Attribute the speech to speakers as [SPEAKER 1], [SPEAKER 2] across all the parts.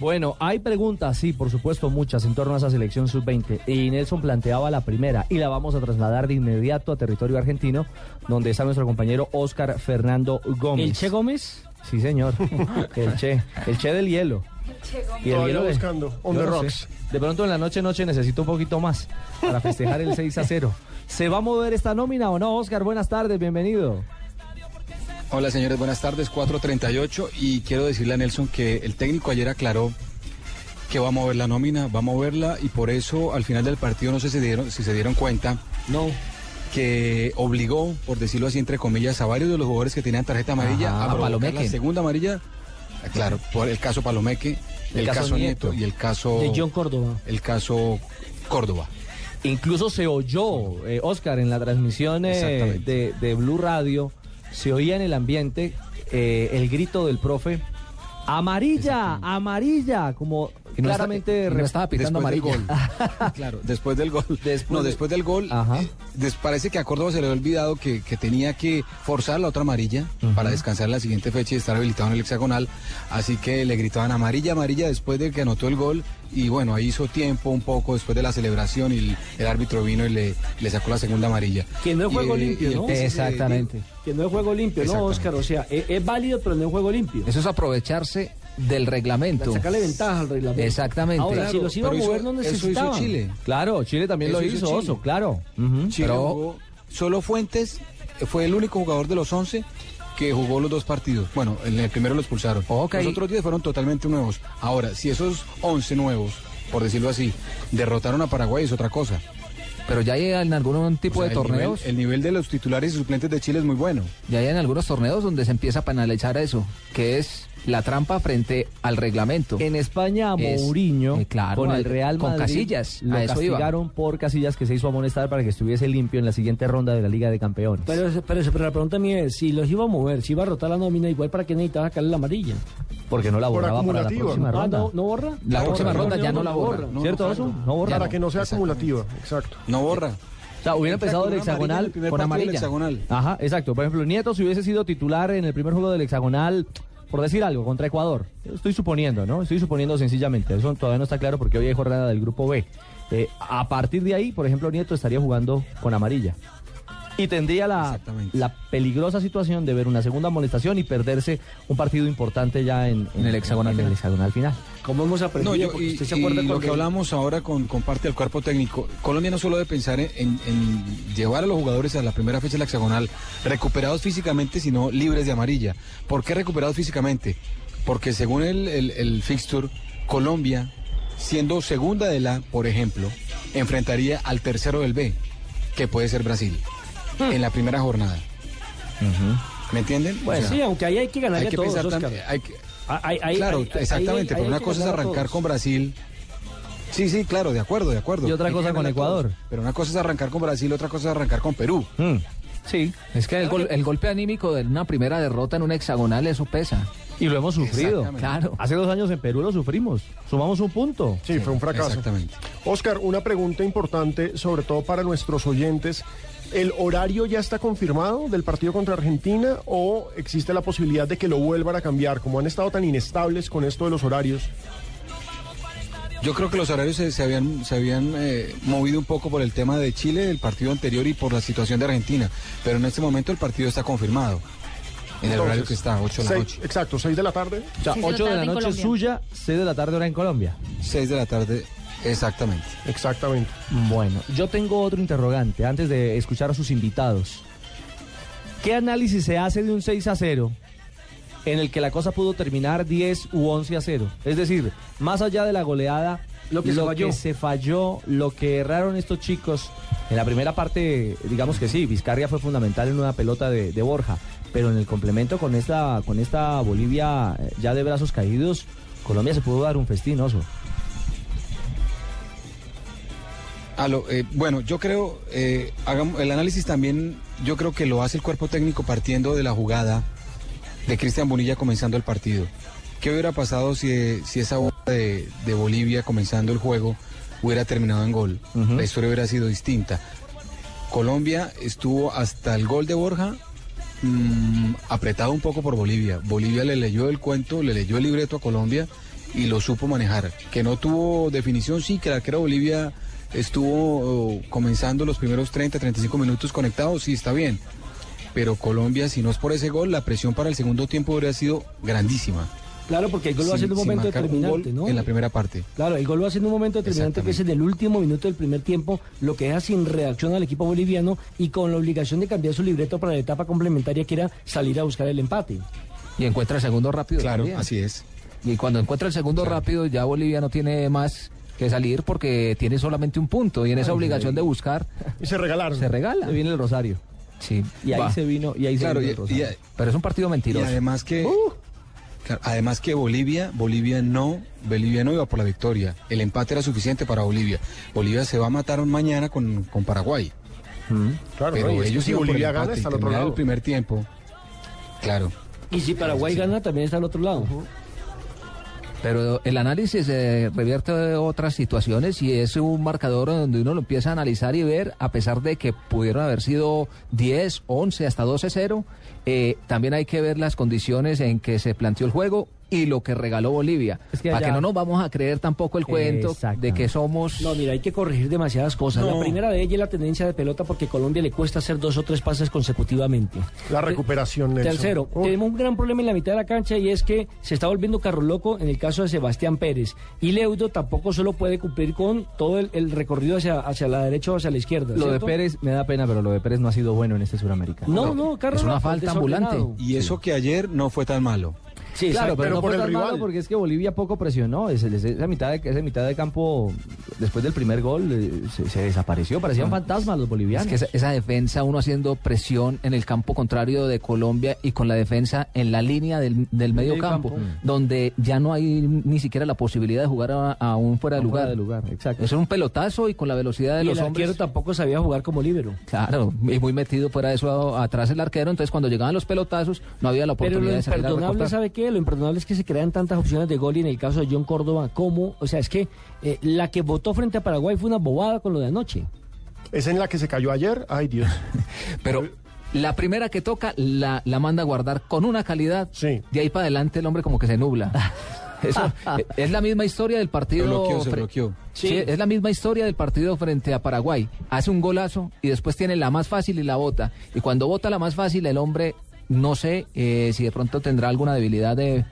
[SPEAKER 1] Bueno, hay preguntas, sí, por supuesto, muchas en torno a esa selección sub-20. Y Nelson planteaba la primera y la vamos a trasladar de inmediato a territorio argentino, donde está nuestro compañero Oscar Fernando Gómez.
[SPEAKER 2] ¿El Che Gómez?
[SPEAKER 1] Sí, señor. El Che. El Che del hielo. Y el
[SPEAKER 3] Todavía
[SPEAKER 1] hielo de-
[SPEAKER 3] buscando, on
[SPEAKER 1] Yo
[SPEAKER 3] the
[SPEAKER 1] no sé.
[SPEAKER 3] rocks.
[SPEAKER 1] De pronto en la noche, noche necesito un poquito más para festejar el 6 a 0. ¿Se va a mover esta nómina o no, Oscar? Buenas tardes, bienvenido.
[SPEAKER 4] Hola señores, buenas tardes, 4.38 y quiero decirle a Nelson que el técnico ayer aclaró que va a mover la nómina, va a moverla y por eso al final del partido no sé si, dieron, si se dieron cuenta
[SPEAKER 1] No.
[SPEAKER 4] que obligó, por decirlo así entre comillas, a varios de los jugadores que tenían tarjeta amarilla
[SPEAKER 1] Ajá, a
[SPEAKER 4] a provocar
[SPEAKER 1] Palomeque.
[SPEAKER 4] la segunda amarilla, Ah, claro, por el caso Palomeque, el, caso, Nieto, y el caso
[SPEAKER 1] Oh.
[SPEAKER 2] De John Córdoba.
[SPEAKER 4] el caso Córdoba.
[SPEAKER 1] Incluso se oyó, eh, Oscar, en la transmisión eh,
[SPEAKER 4] Exactamente.
[SPEAKER 1] de, de Blue Radio, se oía en el ambiente eh, el grito del profe, amarilla, amarilla, como claramente... re-
[SPEAKER 4] pitando amarillo. claro, después del gol.
[SPEAKER 1] Después
[SPEAKER 4] no,
[SPEAKER 1] de-
[SPEAKER 4] después del gol.
[SPEAKER 1] Ajá.
[SPEAKER 4] eh, des- parece que a Córdoba se le había olvidado que, que tenía que forzar la otra amarilla para descansar la siguiente fecha y estar habilitado en el hexagonal. Así que le gritaban amarilla, amarilla después de que anotó el gol. Y bueno, ahí hizo tiempo un poco después de la celebración y el, el árbitro vino y le, le sacó la segunda amarilla.
[SPEAKER 2] Que no es
[SPEAKER 4] Y,
[SPEAKER 2] juego
[SPEAKER 4] eh,
[SPEAKER 2] limpio,
[SPEAKER 4] y el
[SPEAKER 2] ¿no?
[SPEAKER 4] PSG
[SPEAKER 1] Exactamente.
[SPEAKER 2] Que no es juego limpio, ¿no,
[SPEAKER 4] Exactamente.
[SPEAKER 2] Oscar? O sea, e-, es, es válido, pero no es juego limpio.
[SPEAKER 5] Eso es aprovecharse del reglamento.
[SPEAKER 2] Sacarle ventaja al reglamento.
[SPEAKER 5] Exactamente.
[SPEAKER 2] Ahora, si
[SPEAKER 4] Claro,
[SPEAKER 2] los iba a
[SPEAKER 4] pero
[SPEAKER 2] mover,
[SPEAKER 4] hizo-
[SPEAKER 2] no
[SPEAKER 4] eso hizo
[SPEAKER 2] necesitaban.
[SPEAKER 4] Chile.
[SPEAKER 1] Claro, Chile también
[SPEAKER 4] Eso
[SPEAKER 1] lo
[SPEAKER 4] hizo
[SPEAKER 1] hizo,
[SPEAKER 4] Chile.
[SPEAKER 1] Oso, claro. Ujú.
[SPEAKER 4] Chile
[SPEAKER 5] Pero-
[SPEAKER 4] jugó- solo Fuentes eh, fue el único jugador de los 11 que jugó los dos partidos. Bueno, en el primero lo expulsaron.
[SPEAKER 5] Ok.
[SPEAKER 4] Los otros 10 fueron totalmente nuevos. Ahora, si esos 11 nuevos, por decirlo así, derrotaron a Paraguay es otra cosa.
[SPEAKER 5] Pero ya hay en algún tipo
[SPEAKER 4] O sea,
[SPEAKER 5] de
[SPEAKER 4] el
[SPEAKER 5] torneos,
[SPEAKER 4] nivel- eh, el nivel de los titulares y suplentes de Chile es muy bueno.
[SPEAKER 5] ya hay en algunos torneos donde se empieza a penalizar eso, que es la trampa frente al reglamento.
[SPEAKER 1] En España, a
[SPEAKER 5] Es-
[SPEAKER 1] Mourinho,
[SPEAKER 5] eh, claro,
[SPEAKER 1] con el
[SPEAKER 5] al-
[SPEAKER 1] Real
[SPEAKER 5] con
[SPEAKER 1] Madrid,
[SPEAKER 5] Casillas,
[SPEAKER 1] lo
[SPEAKER 5] a eso iba.
[SPEAKER 1] castigaron por Casillas, que se hizo amonestar para que estuviese limpio en la siguiente ronda de la Liga de Campeones.
[SPEAKER 2] Pero, es- pero, es- pero la pregunta mía es, si los iba a mover, si iba a rotar la nómina, igual para qué necesitaba sacarle la amarilla.
[SPEAKER 1] porque no la
[SPEAKER 3] Por
[SPEAKER 1] borraba para la
[SPEAKER 3] acumulativa.
[SPEAKER 1] próxima
[SPEAKER 2] Ah,
[SPEAKER 1] ronda.
[SPEAKER 2] no, ¿no borra?
[SPEAKER 5] La
[SPEAKER 4] No,
[SPEAKER 5] próxima
[SPEAKER 4] no,
[SPEAKER 5] ronda
[SPEAKER 4] no,
[SPEAKER 5] ya
[SPEAKER 4] no,
[SPEAKER 5] no, la
[SPEAKER 4] no
[SPEAKER 5] borra.
[SPEAKER 4] borra.
[SPEAKER 1] ¿Cierto,
[SPEAKER 4] no,
[SPEAKER 1] Oso?
[SPEAKER 4] no,
[SPEAKER 1] No borra.
[SPEAKER 3] Para que no sea
[SPEAKER 4] Exactamente.
[SPEAKER 3] acumulativa, exacto.
[SPEAKER 4] No borra.
[SPEAKER 1] O sea, hubiera empezado el
[SPEAKER 4] Una amarilla en
[SPEAKER 1] hexagonal
[SPEAKER 4] el primer
[SPEAKER 1] con
[SPEAKER 4] partido del
[SPEAKER 1] amarilla.
[SPEAKER 4] hexagonal.
[SPEAKER 1] Ajá, exacto. Por ejemplo, Nieto, si hubiese sido titular en el primer juego del hexagonal, por decir algo, contra Ecuador. Estoy suponiendo, ¿no? Estoy suponiendo sencillamente. Eso todavía no está claro porque hoy hay jornada del grupo B. Eh, a partir de ahí, por ejemplo, Nieto estaría jugando con amarilla. Y tendría la,
[SPEAKER 4] Exactamente.
[SPEAKER 1] la peligrosa situación de ver una segunda molestación y perderse un partido importante ya en,
[SPEAKER 5] En el hexagonal
[SPEAKER 1] en el
[SPEAKER 5] final.
[SPEAKER 1] hexagonal final.
[SPEAKER 2] ¿Cómo hemos aprendido?
[SPEAKER 4] No, yo,
[SPEAKER 2] Porque
[SPEAKER 4] y,
[SPEAKER 2] usted se
[SPEAKER 4] y
[SPEAKER 2] acuerda
[SPEAKER 4] lo
[SPEAKER 2] cuando-
[SPEAKER 4] que hablamos ahora con, con parte del cuerpo técnico, Colombia no solo debe pensar en, en- en llevar a los jugadores a la primera fecha de la hexagonal recuperados físicamente, sino libres de amarilla. ¿Por qué recuperados físicamente? Porque según el, el- el fixture, Colombia, siendo segunda de la, por ejemplo, enfrentaría al tercero del B, que puede ser Brasil, en la primera jornada. ¿Me entienden? O
[SPEAKER 2] Bueno,
[SPEAKER 4] sea,
[SPEAKER 2] Pues sí, aunque ahí hay que ganarle
[SPEAKER 4] hay que
[SPEAKER 2] a todos,
[SPEAKER 4] pensar
[SPEAKER 2] Oscar.
[SPEAKER 4] también... hay que-
[SPEAKER 2] Ah, ahí- ahí-
[SPEAKER 4] claro,
[SPEAKER 2] ahí- ahí- ahí-
[SPEAKER 4] exactamente, pero
[SPEAKER 2] ahí
[SPEAKER 4] una
[SPEAKER 2] hay que
[SPEAKER 4] cosa es
[SPEAKER 2] ganar a
[SPEAKER 4] arrancar
[SPEAKER 2] todos.
[SPEAKER 4] con Brasil. Sí, sí, claro, de acuerdo, de acuerdo.
[SPEAKER 1] Y otra
[SPEAKER 4] Hay que
[SPEAKER 1] cosa con
[SPEAKER 4] ganarle a
[SPEAKER 1] Ecuador.
[SPEAKER 4] todos, Pero una cosa es arrancar con Brasil, otra cosa es arrancar con Perú.
[SPEAKER 1] Mm, Sí,
[SPEAKER 5] Es que el, gol- el golpe anímico de una primera derrota en un hexagonal, eso pesa.
[SPEAKER 1] y lo hemos sufrido.
[SPEAKER 4] Exactamente.
[SPEAKER 5] Claro.
[SPEAKER 1] Hace dos años en Perú lo sufrimos. Sumamos un punto.
[SPEAKER 3] Sí, fue un fracaso.
[SPEAKER 4] Exactamente.
[SPEAKER 3] Oscar, una pregunta importante, sobre todo para nuestros oyentes. ¿El horario ya está confirmado del partido contra Argentina o existe la posibilidad de que lo vuelvan a cambiar? Como han estado tan inestables con esto de los horarios.
[SPEAKER 4] Yo creo que los horarios se, se habían, se habían eh, movido un poco por el tema de Chile, del partido anterior y por la situación de Argentina. Pero en este momento el partido está confirmado. En el horario
[SPEAKER 3] Entonces,
[SPEAKER 4] que está, 8 de la
[SPEAKER 3] seis-
[SPEAKER 4] noche.
[SPEAKER 3] Exacto, 6 de la tarde.
[SPEAKER 1] O sea,
[SPEAKER 6] Seis de la
[SPEAKER 1] 8 de la
[SPEAKER 6] tarde en
[SPEAKER 1] noche
[SPEAKER 6] Colombia.
[SPEAKER 1] suya, 6 de la tarde ahora en Colombia.
[SPEAKER 4] 6 de la tarde, exactamente.
[SPEAKER 3] Exactamente.
[SPEAKER 1] Bueno, yo tengo otro interrogante antes de escuchar a sus invitados. ¿Qué análisis se hace de un 6 a 0 en el que la cosa pudo terminar 10 u 11 a 0? Es decir, más allá de la goleada,
[SPEAKER 2] Lo que se falló.
[SPEAKER 1] se falló, lo que erraron estos chicos. En la primera parte, digamos que sí, Vizcarria fue fundamental en una pelota de, de Borja, pero en el complemento con esta, con esta Bolivia eh, ya de brazos caídos, Colombia se pudo dar un festín, oso.
[SPEAKER 4] Aló, eh, bueno, yo creo, eh, hagamos, el análisis también, yo creo que lo hace el cuerpo técnico partiendo de la jugada de Cristian Bonilla comenzando el partido. ¿Qué hubiera pasado si, si esa bola de, de Bolivia comenzando el juego hubiera terminado en gol?
[SPEAKER 1] Ujú.
[SPEAKER 4] La historia hubiera sido distinta. Colombia estuvo hasta el gol de Borja mm, apretado un poco por Bolivia. Bolivia le leyó el cuento, le leyó el libreto a Colombia y lo supo manejar. Que no tuvo definición, sí, que la arquera Bolivia estuvo eh, comenzando los primeros 30, 35 minutos conectados, sí, está bien. Pero Colombia, si no es por ese gol, la presión para el segundo tiempo hubiera sido grandísima.
[SPEAKER 2] Claro, porque el gol lo
[SPEAKER 4] Sin-
[SPEAKER 2] hace en un
[SPEAKER 4] sin
[SPEAKER 2] momento
[SPEAKER 4] marcar un
[SPEAKER 2] determinante,
[SPEAKER 4] gol
[SPEAKER 2] ¿no?
[SPEAKER 4] En la primera parte.
[SPEAKER 2] Claro, el gol lo hace en un momento determinante que es en el último minuto del primer tiempo, lo que deja sin reacción al equipo boliviano y con la obligación de cambiar su libreto para la etapa complementaria que era salir a buscar el empate.
[SPEAKER 5] Y encuentra el segundo rápido.
[SPEAKER 4] Claro,
[SPEAKER 5] también.
[SPEAKER 4] así es.
[SPEAKER 5] Y cuando encuentra el segundo rápido, ya Bolivia no tiene más que salir porque tiene solamente un punto. Y en esa obligación de buscar,
[SPEAKER 3] Y se regalaron.
[SPEAKER 5] se regala.
[SPEAKER 1] Ahí viene el Rosario.
[SPEAKER 5] Sí,
[SPEAKER 1] Y ahí
[SPEAKER 5] va.
[SPEAKER 1] se vino, y ahí se
[SPEAKER 4] Claro,
[SPEAKER 1] vino
[SPEAKER 4] y-
[SPEAKER 1] el Rosario.
[SPEAKER 4] y-
[SPEAKER 5] Pero es un partido
[SPEAKER 4] Y
[SPEAKER 5] mentiroso.
[SPEAKER 4] además que, claro, además que Bolivia, Bolivia no, Bolivia no iba por la victoria. El empate era suficiente para Bolivia. Bolivia se va a matar mañana con, con Paraguay.
[SPEAKER 3] Claro,
[SPEAKER 4] pero
[SPEAKER 3] ¿no? Y es que
[SPEAKER 4] ellos
[SPEAKER 3] si
[SPEAKER 4] iban por el
[SPEAKER 3] Bolivia
[SPEAKER 4] empate y
[SPEAKER 3] gana, está al otro
[SPEAKER 4] terminar
[SPEAKER 3] lado.
[SPEAKER 4] el primer tiempo. Claro.
[SPEAKER 2] Y si Paraguay gana, también está al otro lado.
[SPEAKER 5] Pero el análisis eh, revierte otras situaciones y es un marcador donde uno lo empieza a analizar y ver, a pesar de que pudieron haber sido 10, 11, hasta 12-0, eh, también hay que ver las condiciones en que se planteó el juego y lo que regaló Bolivia.
[SPEAKER 1] Es que
[SPEAKER 5] Para
[SPEAKER 1] allá-
[SPEAKER 5] que no nos vamos a creer tampoco el cuento de
[SPEAKER 1] Exactamente.
[SPEAKER 5] que somos...
[SPEAKER 2] No, mira, hay que corregir demasiadas cosas. La primera de ellas es la tendencia de pelota porque a Colombia le cuesta hacer dos o tres pases consecutivamente.
[SPEAKER 3] La recuperación, Nelson.
[SPEAKER 2] Tercero, eh,
[SPEAKER 3] Oh,
[SPEAKER 2] tenemos un gran problema en la mitad de la cancha y es que se está volviendo carro loco en el caso de Sebastián Pérez. Y Leudo tampoco solo puede cumplir con todo el, el recorrido hacia, hacia la derecha o hacia la izquierda.
[SPEAKER 1] Lo de
[SPEAKER 2] ¿cierto?
[SPEAKER 1] Pérez me da pena, pero lo de Pérez no ha sido bueno en este suramericano.
[SPEAKER 2] No, no, carro
[SPEAKER 5] Es una
[SPEAKER 2] loco,
[SPEAKER 5] falta
[SPEAKER 2] desordenado.
[SPEAKER 5] ambulante.
[SPEAKER 4] Y eso que ayer no fue tan malo.
[SPEAKER 2] Sí,
[SPEAKER 1] Claro, pero,
[SPEAKER 2] exacto.
[SPEAKER 3] pero
[SPEAKER 1] no
[SPEAKER 3] por
[SPEAKER 1] fue
[SPEAKER 3] el
[SPEAKER 1] tan malo
[SPEAKER 3] rival.
[SPEAKER 1] porque es que Bolivia poco presionó. Ese- ese- Esa, mitad de, esa mitad de campo, después del primer gol, eh, se, se desapareció. Parecían fantasmas los
[SPEAKER 5] Ah. Es
[SPEAKER 1] bolivianos.
[SPEAKER 5] que esa, esa defensa, uno haciendo presión en el campo contrario de Colombia y con la defensa en la línea del, del medio campo, Mm.
[SPEAKER 1] campo.
[SPEAKER 5] donde ya no hay ni siquiera la posibilidad de jugar a, a un fuera de
[SPEAKER 1] Un
[SPEAKER 5] lugar.
[SPEAKER 1] fuera de lugar, exacto.
[SPEAKER 5] Eso es un pelotazo y con la velocidad de
[SPEAKER 2] Y
[SPEAKER 5] los
[SPEAKER 2] el
[SPEAKER 5] hombres.
[SPEAKER 2] arquero tampoco sabía jugar como líbero.
[SPEAKER 5] Claro, y muy metido fuera de eso a- atrás el arquero, entonces cuando llegaban los pelotazos no había la
[SPEAKER 2] Pero
[SPEAKER 5] oportunidad
[SPEAKER 2] lo
[SPEAKER 5] de salir a
[SPEAKER 2] imperdonable,
[SPEAKER 5] recortar.
[SPEAKER 2] ¿sabe qué? Lo imperdonable es que se crean tantas opciones de gol y en el caso de John Córdoba, ¿cómo? O sea, es que eh, la que votó frente a Paraguay fue una bobada con lo de anoche.
[SPEAKER 3] Es en la que se cayó ayer. Ay, Dios.
[SPEAKER 5] Pero la primera que toca la, la manda a guardar con una calidad.
[SPEAKER 3] Sí.
[SPEAKER 5] De ahí para adelante el hombre como que se nubla. Eso, eh, es la misma historia del partido.
[SPEAKER 4] Se bloqueó, se
[SPEAKER 5] fre-
[SPEAKER 4] bloqueó.
[SPEAKER 5] Sí,
[SPEAKER 2] Sí.
[SPEAKER 5] es la misma historia del partido frente a Paraguay. Hace un golazo y después tiene la más fácil y la bota. Y cuando bota la más fácil, el hombre no sé eh, si de pronto tendrá alguna debilidad de,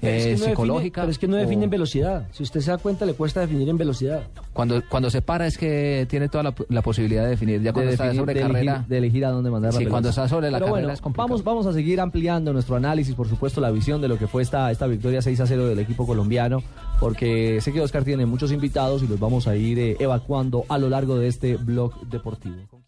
[SPEAKER 2] Pero es
[SPEAKER 5] eh,
[SPEAKER 2] que no define-
[SPEAKER 5] psicológica.
[SPEAKER 2] pero es que no define
[SPEAKER 5] o-
[SPEAKER 2] en velocidad. Si usted se da cuenta, le cuesta definir en velocidad.
[SPEAKER 5] Cuando, cuando se para es que tiene toda la, la posibilidad de definir. Ya
[SPEAKER 1] de,
[SPEAKER 5] cuando está
[SPEAKER 1] definir-
[SPEAKER 5] sobre
[SPEAKER 1] de
[SPEAKER 5] carrera.
[SPEAKER 1] elegir, de elegir a dónde mandar la
[SPEAKER 5] Sí,
[SPEAKER 1] pelota.
[SPEAKER 5] cuando está sobre la
[SPEAKER 1] Pero
[SPEAKER 5] carrera
[SPEAKER 1] bueno,
[SPEAKER 5] es complicado.
[SPEAKER 1] vamos, vamos a seguir ampliando nuestro análisis, por supuesto, la visión de lo que fue esta, esta victoria 6 a 0 del equipo colombiano, porque sé que Oscar tiene muchos invitados y los vamos a ir eh, evacuando a lo largo de este blog deportivo.